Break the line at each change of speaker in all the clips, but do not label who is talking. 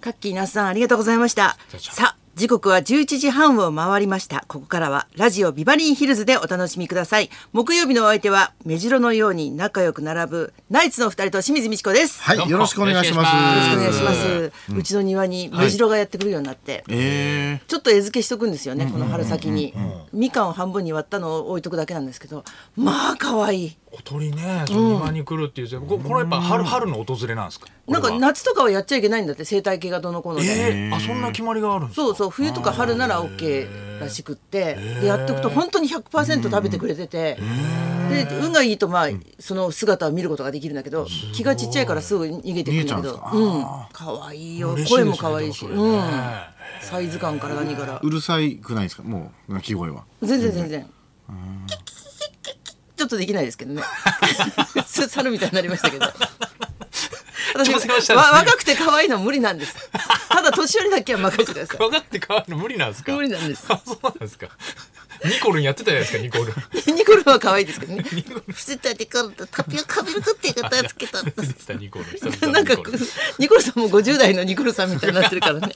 カッキーなさんありがとうございましたさあ時刻は11時半を回りましたここからはラジオビバリーヒルズでお楽しみください木曜日のお相手は目白のように仲良く並ぶナイツの二人と清水美智子です
はい、よろしくお願いします。
お願いします、うちの庭に目白がやってくるようになって、
え
ちょっと餌付けしとくんですよね、この春先に、みかんを半分に割ったのを置いとくだけなんですけどまあ可愛い
小鳥ね、その庭に来るっていう、ここれはやっぱ春春の訪れなんですか。
なん
こ
か
れは
夏とかはやっちゃいけないんだって生態系がどうのこうので、
えー、あ、そんな決まりがあるんですか。
そうそう冬とか春なら OK らしくってでやっておくと本当に100%食べてくれててで運がいいとまあその姿を見ることができるんだけど気がちっちゃいからすぐ逃げてくるんだけどうん可愛いよ
嬉しい
声
ですね
も可愛いし
でもそれ
う
ね
んサイズ感から何から
うるさいくないですか、もう、鳴き声は。
全然全然キッキッキッキッキッちょっとできないですけどね猿みたいになりましたけど
挑戦は
私
したんですね
わ若くて可愛いの無理なんですただ年寄りだけは任せてください
分かって変わるの無理なんですか。
無理なんです
あ、そうなんですか。ニコルンやってたじゃないですか、ニコルン。
ニコルは可愛いですけどね。伏せたでからタピオカミルクっていう方つけたんだ
出てたニコルン。久々
な
の
んか
ニコルン
ニコルさんも50代のニコルさんみたいになってる からね。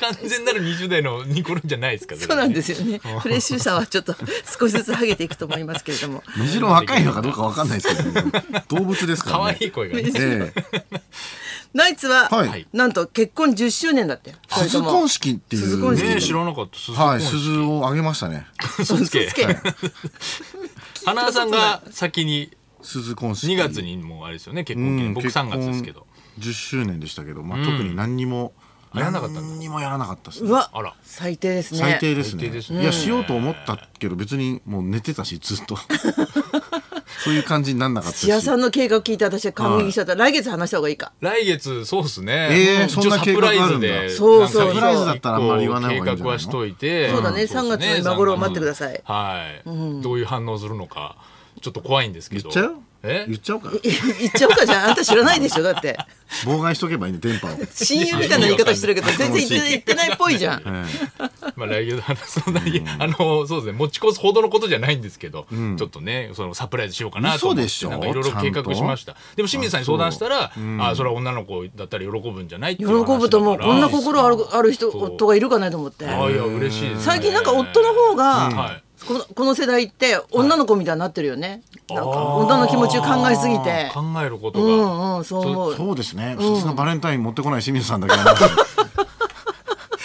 完全なる20代のニコルンじゃないですか。。
そうなんですすよね。 フレッシュさはちょっと少しずつハゲていくと思いますけれども。
むしろ若いのかどうかわかんないですけど、 動物ですから、
可愛
ね。
い声がね。
ええ
ナイツは、
はい
なんと結婚10周年だって。二人
鈴
とも
婚式っていう。
鈴婚式
ねえ、知らなかった。鈴
はい、
子
鈴をあげましたね。
鈴
そう
助
つけ
花さんが先に
鈴婚式。
2月。にもうあれですよね、結
う
婚記念。
ん、
僕3月ですけど。。
10周年でしたけど、まあ、特に何にも。
あやらなかったんだ
何にもやらなかったですね
う。わ
あら、
最低ですね。
最低です
最
ね
低ですね
いやしようと思ったけど別にもう寝てたしず っとそういう感じになんなかったし
土屋さんの計画を聞いて私は感激しちゃった。来月話した方がいいか。
来月そうっすね。
えー
一応
そんな計画あるん
サプラ
だ
イズで。
そうそう
なんか
サプライズだ
ったらあんまり言わない方がいいんじゃないの
計画はしといて。
そうだね
ん
3月の今頃を待ってください
はい。どういう反応するのか、ちょっと怖いんですけ
言
ど。
っちゃう
え
言っちゃおうか
言っちゃおうかじゃん。あんた知らないでしょだって。
妨害しとけばいいね電 波を、
親友みたいな言い方してるけど全然言って言ってないっぽいじゃん。
え え
まあ来月話すのに、あの、そうですね、持ち越すほどのことじゃないんですけど、ちょっとね、そのサプライズしようかなと思って。
嘘でしょ
なんかいろいろ計画しました。でも清水さんに相談したら、あ、それは女の子だったら喜ぶんじゃないってい
喜
う話だから
ぶと思う。こんな心あるある人
そう
夫がいるかなと思って。
あいや、嬉しいですね。
最近なんか夫の方が、
んはい
このこの世代って女の子みたいになってるよね、なんか女の気持ちを考えすぎて
考えるこ
う
とが。
んうんそう思う
そうですね。普通のバレンタイン持ってこない清水さんだけ なんですけど
今日2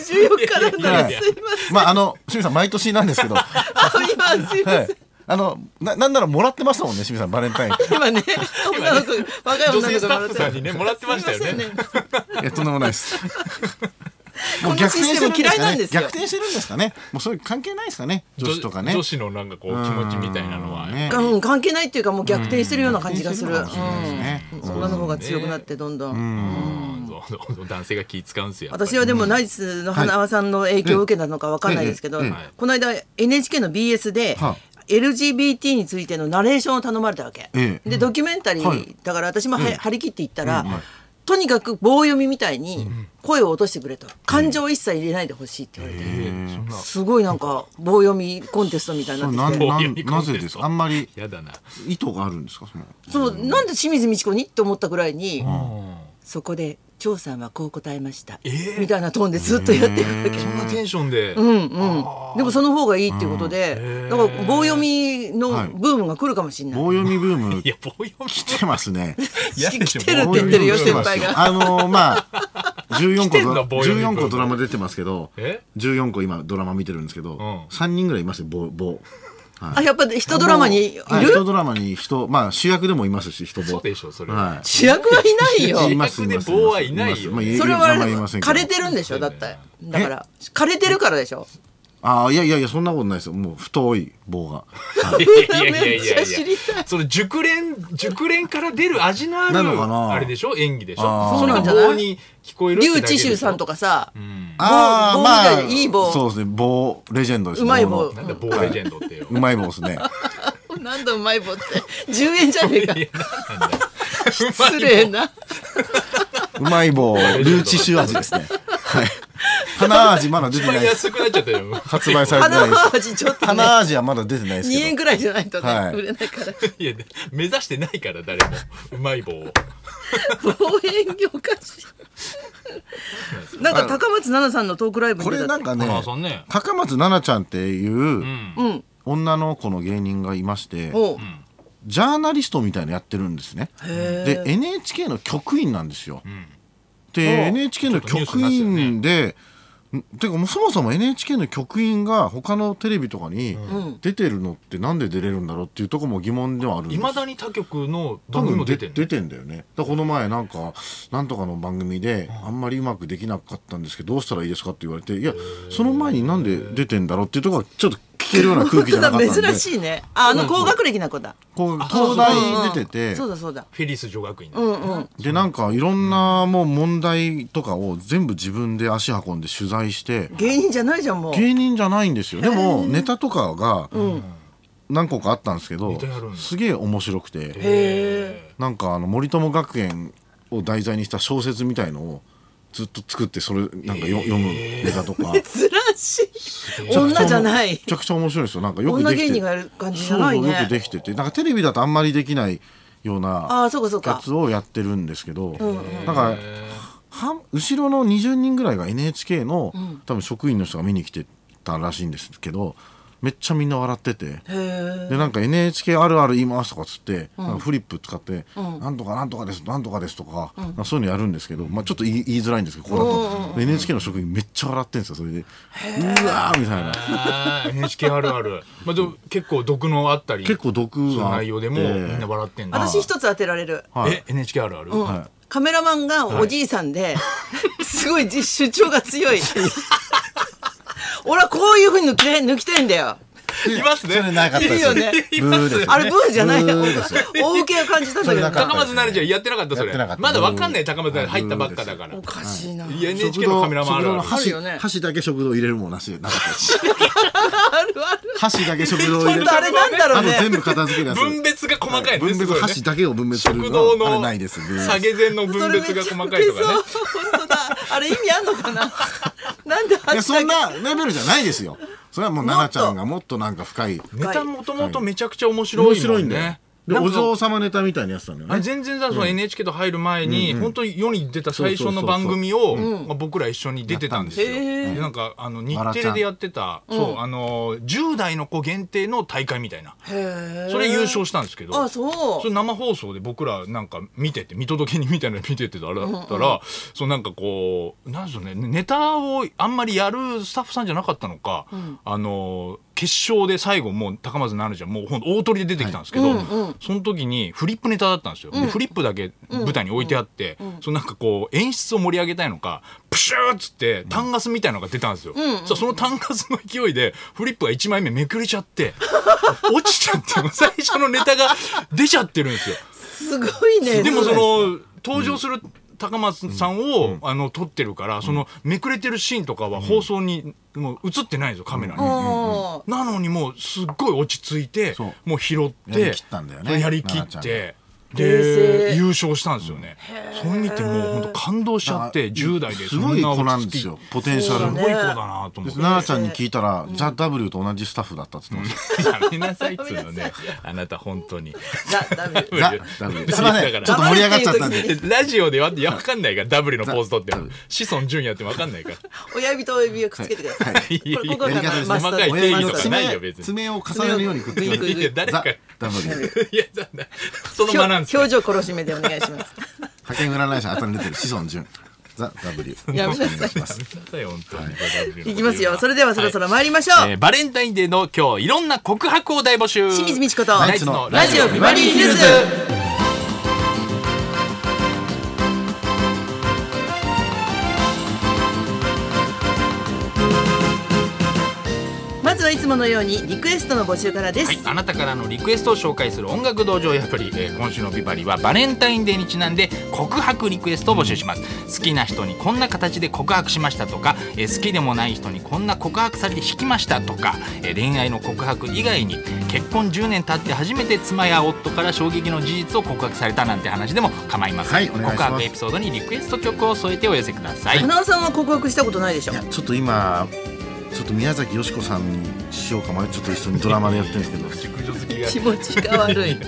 月14日なんだ
い
け
や
ど
いや
すいません
まああの清水さん毎年なんで すけど、は
あ今すいません、
い。あのななんならもらってますもんね清水さんバレンタイン。
今ね女の子若い
女
女の
性
子が
スタ
もら
ッ
っ
フ
て
さんにね、もらってましたよ
すいま
ね
せ。ん
いやとんでもないです。 も
このシステム
逆転してる
嫌いなんですよ
逆転してるんですかね。もうそういう関係ないですかね。女子とかね。
女子のなんかこう気持ちみたいなのは。
ね
うん関係ないっていうかもう逆転してるような感じがする、
うん逆転してるのかもしれないですね
うん女の方が強くなってどんどん、
うんそうそうそう男性が気使うんですよ。やっぱり
私はでもナイツの花輪さんの影響を受けたのかわかんないですけど、
はいえええ
え
この間 NHK の BS で
は
LGBT についてのナレーションを頼まれたわけ、
ええ
でドキュメンタリー、
はい
だから私もは、張り切って言ったら、
うんはい
とにかく棒読みみたいに声を落としてくれと感情を一切入れないでほしいって言われて、
そんな
すごいなんか棒読みコンテストみたいに
そ
な
れ
って
な
き
ん
て
こう
な
いうコンテスト
んなぜですか。あんまり
やだな。
意図があるんですかその。
そうなんで清水美智子にって思ったぐらいに、そこで張さんはこう答えました、
ええ
みたいなトーンでずっとやっていくわけ。
そんなテンションで。
うんうん、でもその方がいいっていうことで、だから棒読みのブームが来るかもしれない。
棒読みブーム
いや、棒読み。
来てますね。
嫌でしょ
来てる
棒
って言ってるよ
棒読み来ます
先輩が
あのまあ 14
てんだ棒
個
読みブー
十四
ム
個ドラマ出てますけど
え、
14個今ドラマ見てるんですけど、
うん
三人ぐらいいますよ棒棒。
あ、やっぱ人ドラマにいる
はい、人ドラマに人、まあ主役でもいますし、人棒。
そうでしょそれ
は
主役はいない
い。
よ。
主
い
役
ますいます
で棒はいないよ
まあ
それ
まあ
は
まあ言いませんけ
枯
ど
れてるんでしょだって。だから枯れてるからでしょ。
ああ、いやいやいや、そんなことないですよ。もう太い棒が。はい
いやいやいやいやいや
めっちゃ知りた
その熟練熟練から出る味のある
なのかな
あれでしょ演技でし
あ
ょ
ー
それが棒に聞こえるってだ
劉
けでしょ
智秀さんとかさ、
あ
棒
あ、
棒みたい
ま
な
あ、
いい棒
そうですね、棒、レジェンドですね。
うまい棒
の
なんだ棒レジェンドってよ
うまい棒ですね。
なんだうまい棒って10円じゃねえか
い。やなんなんだよ
失礼な。
うまい棒、留置臭味ですね。はい。花味まだ出
一
てな
番
いです
安くなっちゃったよ。
発売されてないで
花
す
味ちょっとね
花味はまだ出てないです
2円
け
ぐらいじゃないとね、
はい
売れないから
いや、目指してないから、誰も。うまい棒を。
望遠鏡おかしいなんか高松菜奈さんのトークライブ
ど
に
こ
出た
れ
って
なんかね
花さんね
高松奈々ちゃんっていう
うん
女の子の芸人がいまして
おう
ジャーナリストみたいなのやってるんですね
へ
で NHK の局員なんですよ
お
で NHK の
ちょっと
局
ニュースになってたよ
員でんてかもうそもそも NHK の局員が他のテレビとかに出てるのってなんで出れるんだろうっていうところも疑問ではあるんで
い
す
まだに他局の
多
番組
分
も
出
出てん
て
の
出てんだよねだからこの前なんかなんとかの番組であんまりうまくできなかったんですけどどうしたらいいですかって言われていやその前になんで出てんだろうっていうところはちょっと聞けるような空
本
気じ
当
ゃな
だ
かったんで
珍しいねああの高学歴な子だ
こう
そうそ
東
う
大出てて
そうだそうだ
フェリス女学院
う
の。
んうん
でなんかいろんなもう問題とかを全部自分で足運んで取材して
芸人じゃないじゃんもう
芸人じゃないんですよでもネタとかが何個かあったんですけど
ネタやるんだ
すげえ面白くて。
へえ
なんかあの森友学園を題材にした小説みたいのをずっと作ってそれなんかよ、読むネタとか
珍しい女じゃな
め
い
ちゃくちゃ面白いですよなんかよく
女
できて
芸人がやる感じじゃない
そうそうよくで
ね
きててなんかテレビだとあんまりできないような
ああそうかそう
や
か
つをやってるんですけど、なんかは後ろの20人ぐらいが NHK の、多分職員の人が見に来てたらしいんですけどめっちゃみんな笑ってて。
へえ
でなんか NHK あるある言いますとかっつって、なんかフリップ使って、なんとかなんとかですなんとかですとか,、そういうのやるんですけど、まあ、ちょっと言い言いづらいんですけどここだと、NHK の職員めっちゃ笑ってんですよそれでうわーみたいな
あー NHK あるある。まあ、でも結構毒のあったり。
結構毒
その
があって
内容でも、みんな笑ってんだ。
私一つ当てられる
はい
え、NHK あるある。
は
カメラマンがおじいさんで、 すごいじ主張が強い 俺はこういうふうに抜き抜きたいんだよ
いますね。
それなかったです
いいよね
ブーです
あれブーじゃないよ
ブーですよ
大受けを感じたんだ
そ
け
れな
ど
かった
高松成ちゃんやってなかった、そ
やっ
れ
てなかっ。た
まだわかんない、高松成入ったばっかだから
お。かしいな、
いや、
い
NHK のカメラマンあるある。
食堂食堂
あ
の
るよね
箸箸だけ食堂入れるもんなしでなかったです
あるある
箸だけ食堂入れ
本
る
当あれなんだろ
あ
う
と全
ね
部片付けるやつ
分別が細かいね。
分
す
別
ごいね
箸だけを分別する
食
の
堂
はあれ
の
ないですブーです
下げ膳の分別が細かいとか
そ
ね。
れめっちゃウケそう本当だあれ意味あんのか ななん で
いや
恥
そんなレベルじゃないですよそれはもう奈々ちゃんがもっとなんか深い
ネタもともとめちゃくちゃ面白いもん
面
ね。
白いんだよで
なん
お
かその
嬢様ネタみたいなやつなんだ
あ
よ
れ
ね
全然さ、その NHK と入る前に、本当に世に出た最初の番組を、まあ、僕ら一緒に出てたんですよ。
やったんですよへー
でなんかあの日テレでやってた、そうあの10代の子限定の大会みたいな、
へえ
それ優勝したんですけど。
あそう
それ生放送で僕らなんか見てて見届けにみたいなの見ててたら、そうなんかこうなんでしょうねネタをあんまりやるスタッフさんじゃなかったのか、あの決勝で最後もう高松菜奈ちゃんもうほんと大鳥で出てきたんですけど、その時にフリップネタだったんですよ、でフリップだけ舞台に置いてあって、そのなんかこう演出を盛り上げたいのかプシューっつってタンガスみたいなのが出たんですよ、さあそのタンガスの勢いでフリップが1枚目めくれちゃって 落ちちゃってもう最初のネタが出ちゃってるんですよ
すごいね
でもその登場する高松さんを、あの撮ってるから、そのめくれてるシーンとかは放送に、もう映ってないんですよカメラに。
あー
なのにもうすっごい落ち着いて
そう
もう拾って
やりきったんだよね
そうやりきっ
奈々ち
て
冷
で
静
優勝したんですよね。それ見てもう本当感動しちゃって10代ですそ
ごい
な
子
落
な
ち
ん
着き
ですよポテンシ
すごい子
ャ
そう
ル
だね
だなと思って。
奈々ちゃんに聞いたら「ザ・ w と同じスタッフだったっつってま した
やめなさいっつうのね。あなた本当に。
だだめ
「ザ・ w すいませんちょっと盛り上がっちゃったんで
ラジオでわいやわかんないからダブリのポーズ取っても子孫淳也ってわかんないから。
親指と親指をくっつけてください。
いやいや
ここが
やり方です
マスター
細かい定義
親
と
の
かないよ別
爪
に
爪を重ねるようにくっつけ
グイ
て
グ
い
イ
や
「
誰
ザ
か。・
w
いやだだその間なんです
表
よ。
情殺し目でお願いします。
派遣占い師頭に出てる子孫淳ザ・ w
やめなさい
します
やめな さい本当に
いきますよ。それではそろそろ参りましょう。
えーバレンタインデーの今日いろんな告白を大募集
清水美智子と
ナイツの
ラ
ラ
ジ
ジ
オ
オ
ビ
ビ
バ
バ
リ
リ
ー
ー
ヒ
ヒ
ル
ル
ズ
ズ。
まずははいつものようにリクエストの募集からです、
はい、あなたからのリクエストを紹介する音楽道場やっぱり、えー今週のビバリーはバレンタインデーにちなんで告白リクエストを募集します、好きな人にこんな形で告白しましたとか、えー好きでもない人にこんな告白されて引きましたとか、えー恋愛の告白以外に結婚10年経って初めて妻や夫から衝撃の事実を告白されたなんて話でも構いません、
はいお願いします
告白エピソードにリクエスト曲を添えてお寄せください、
花尾さんは告白したことないでしょ
いやちょっと今ちょっと宮崎美子さんにしようか迷っちょっと一緒にドラマでやってるんですけど
熟女好きが
気持ちが悪い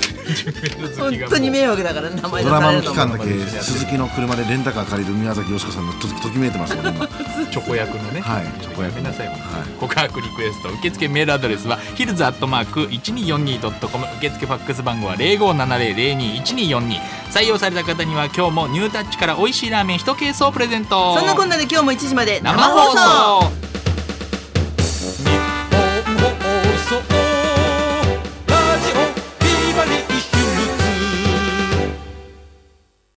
本当に迷惑だから名前出
ド
さ
ラマ
れ
の
る
期
の
間
も
だけ鈴木の車でレンタカー借りる宮崎美子さんのとときめいてます俺今
チョコ役のね、
はいチョコ役
やめなさい、
はい
告白リクエスト受付メールアドレスはヒルズアットマーク 1242.com 受付ファックス番号は0570021242採用された方には今日もニュータッチから美味しいラーメン1ケースをプレゼント
そんなこんなで今日も1時まで生
生
放
放
送
送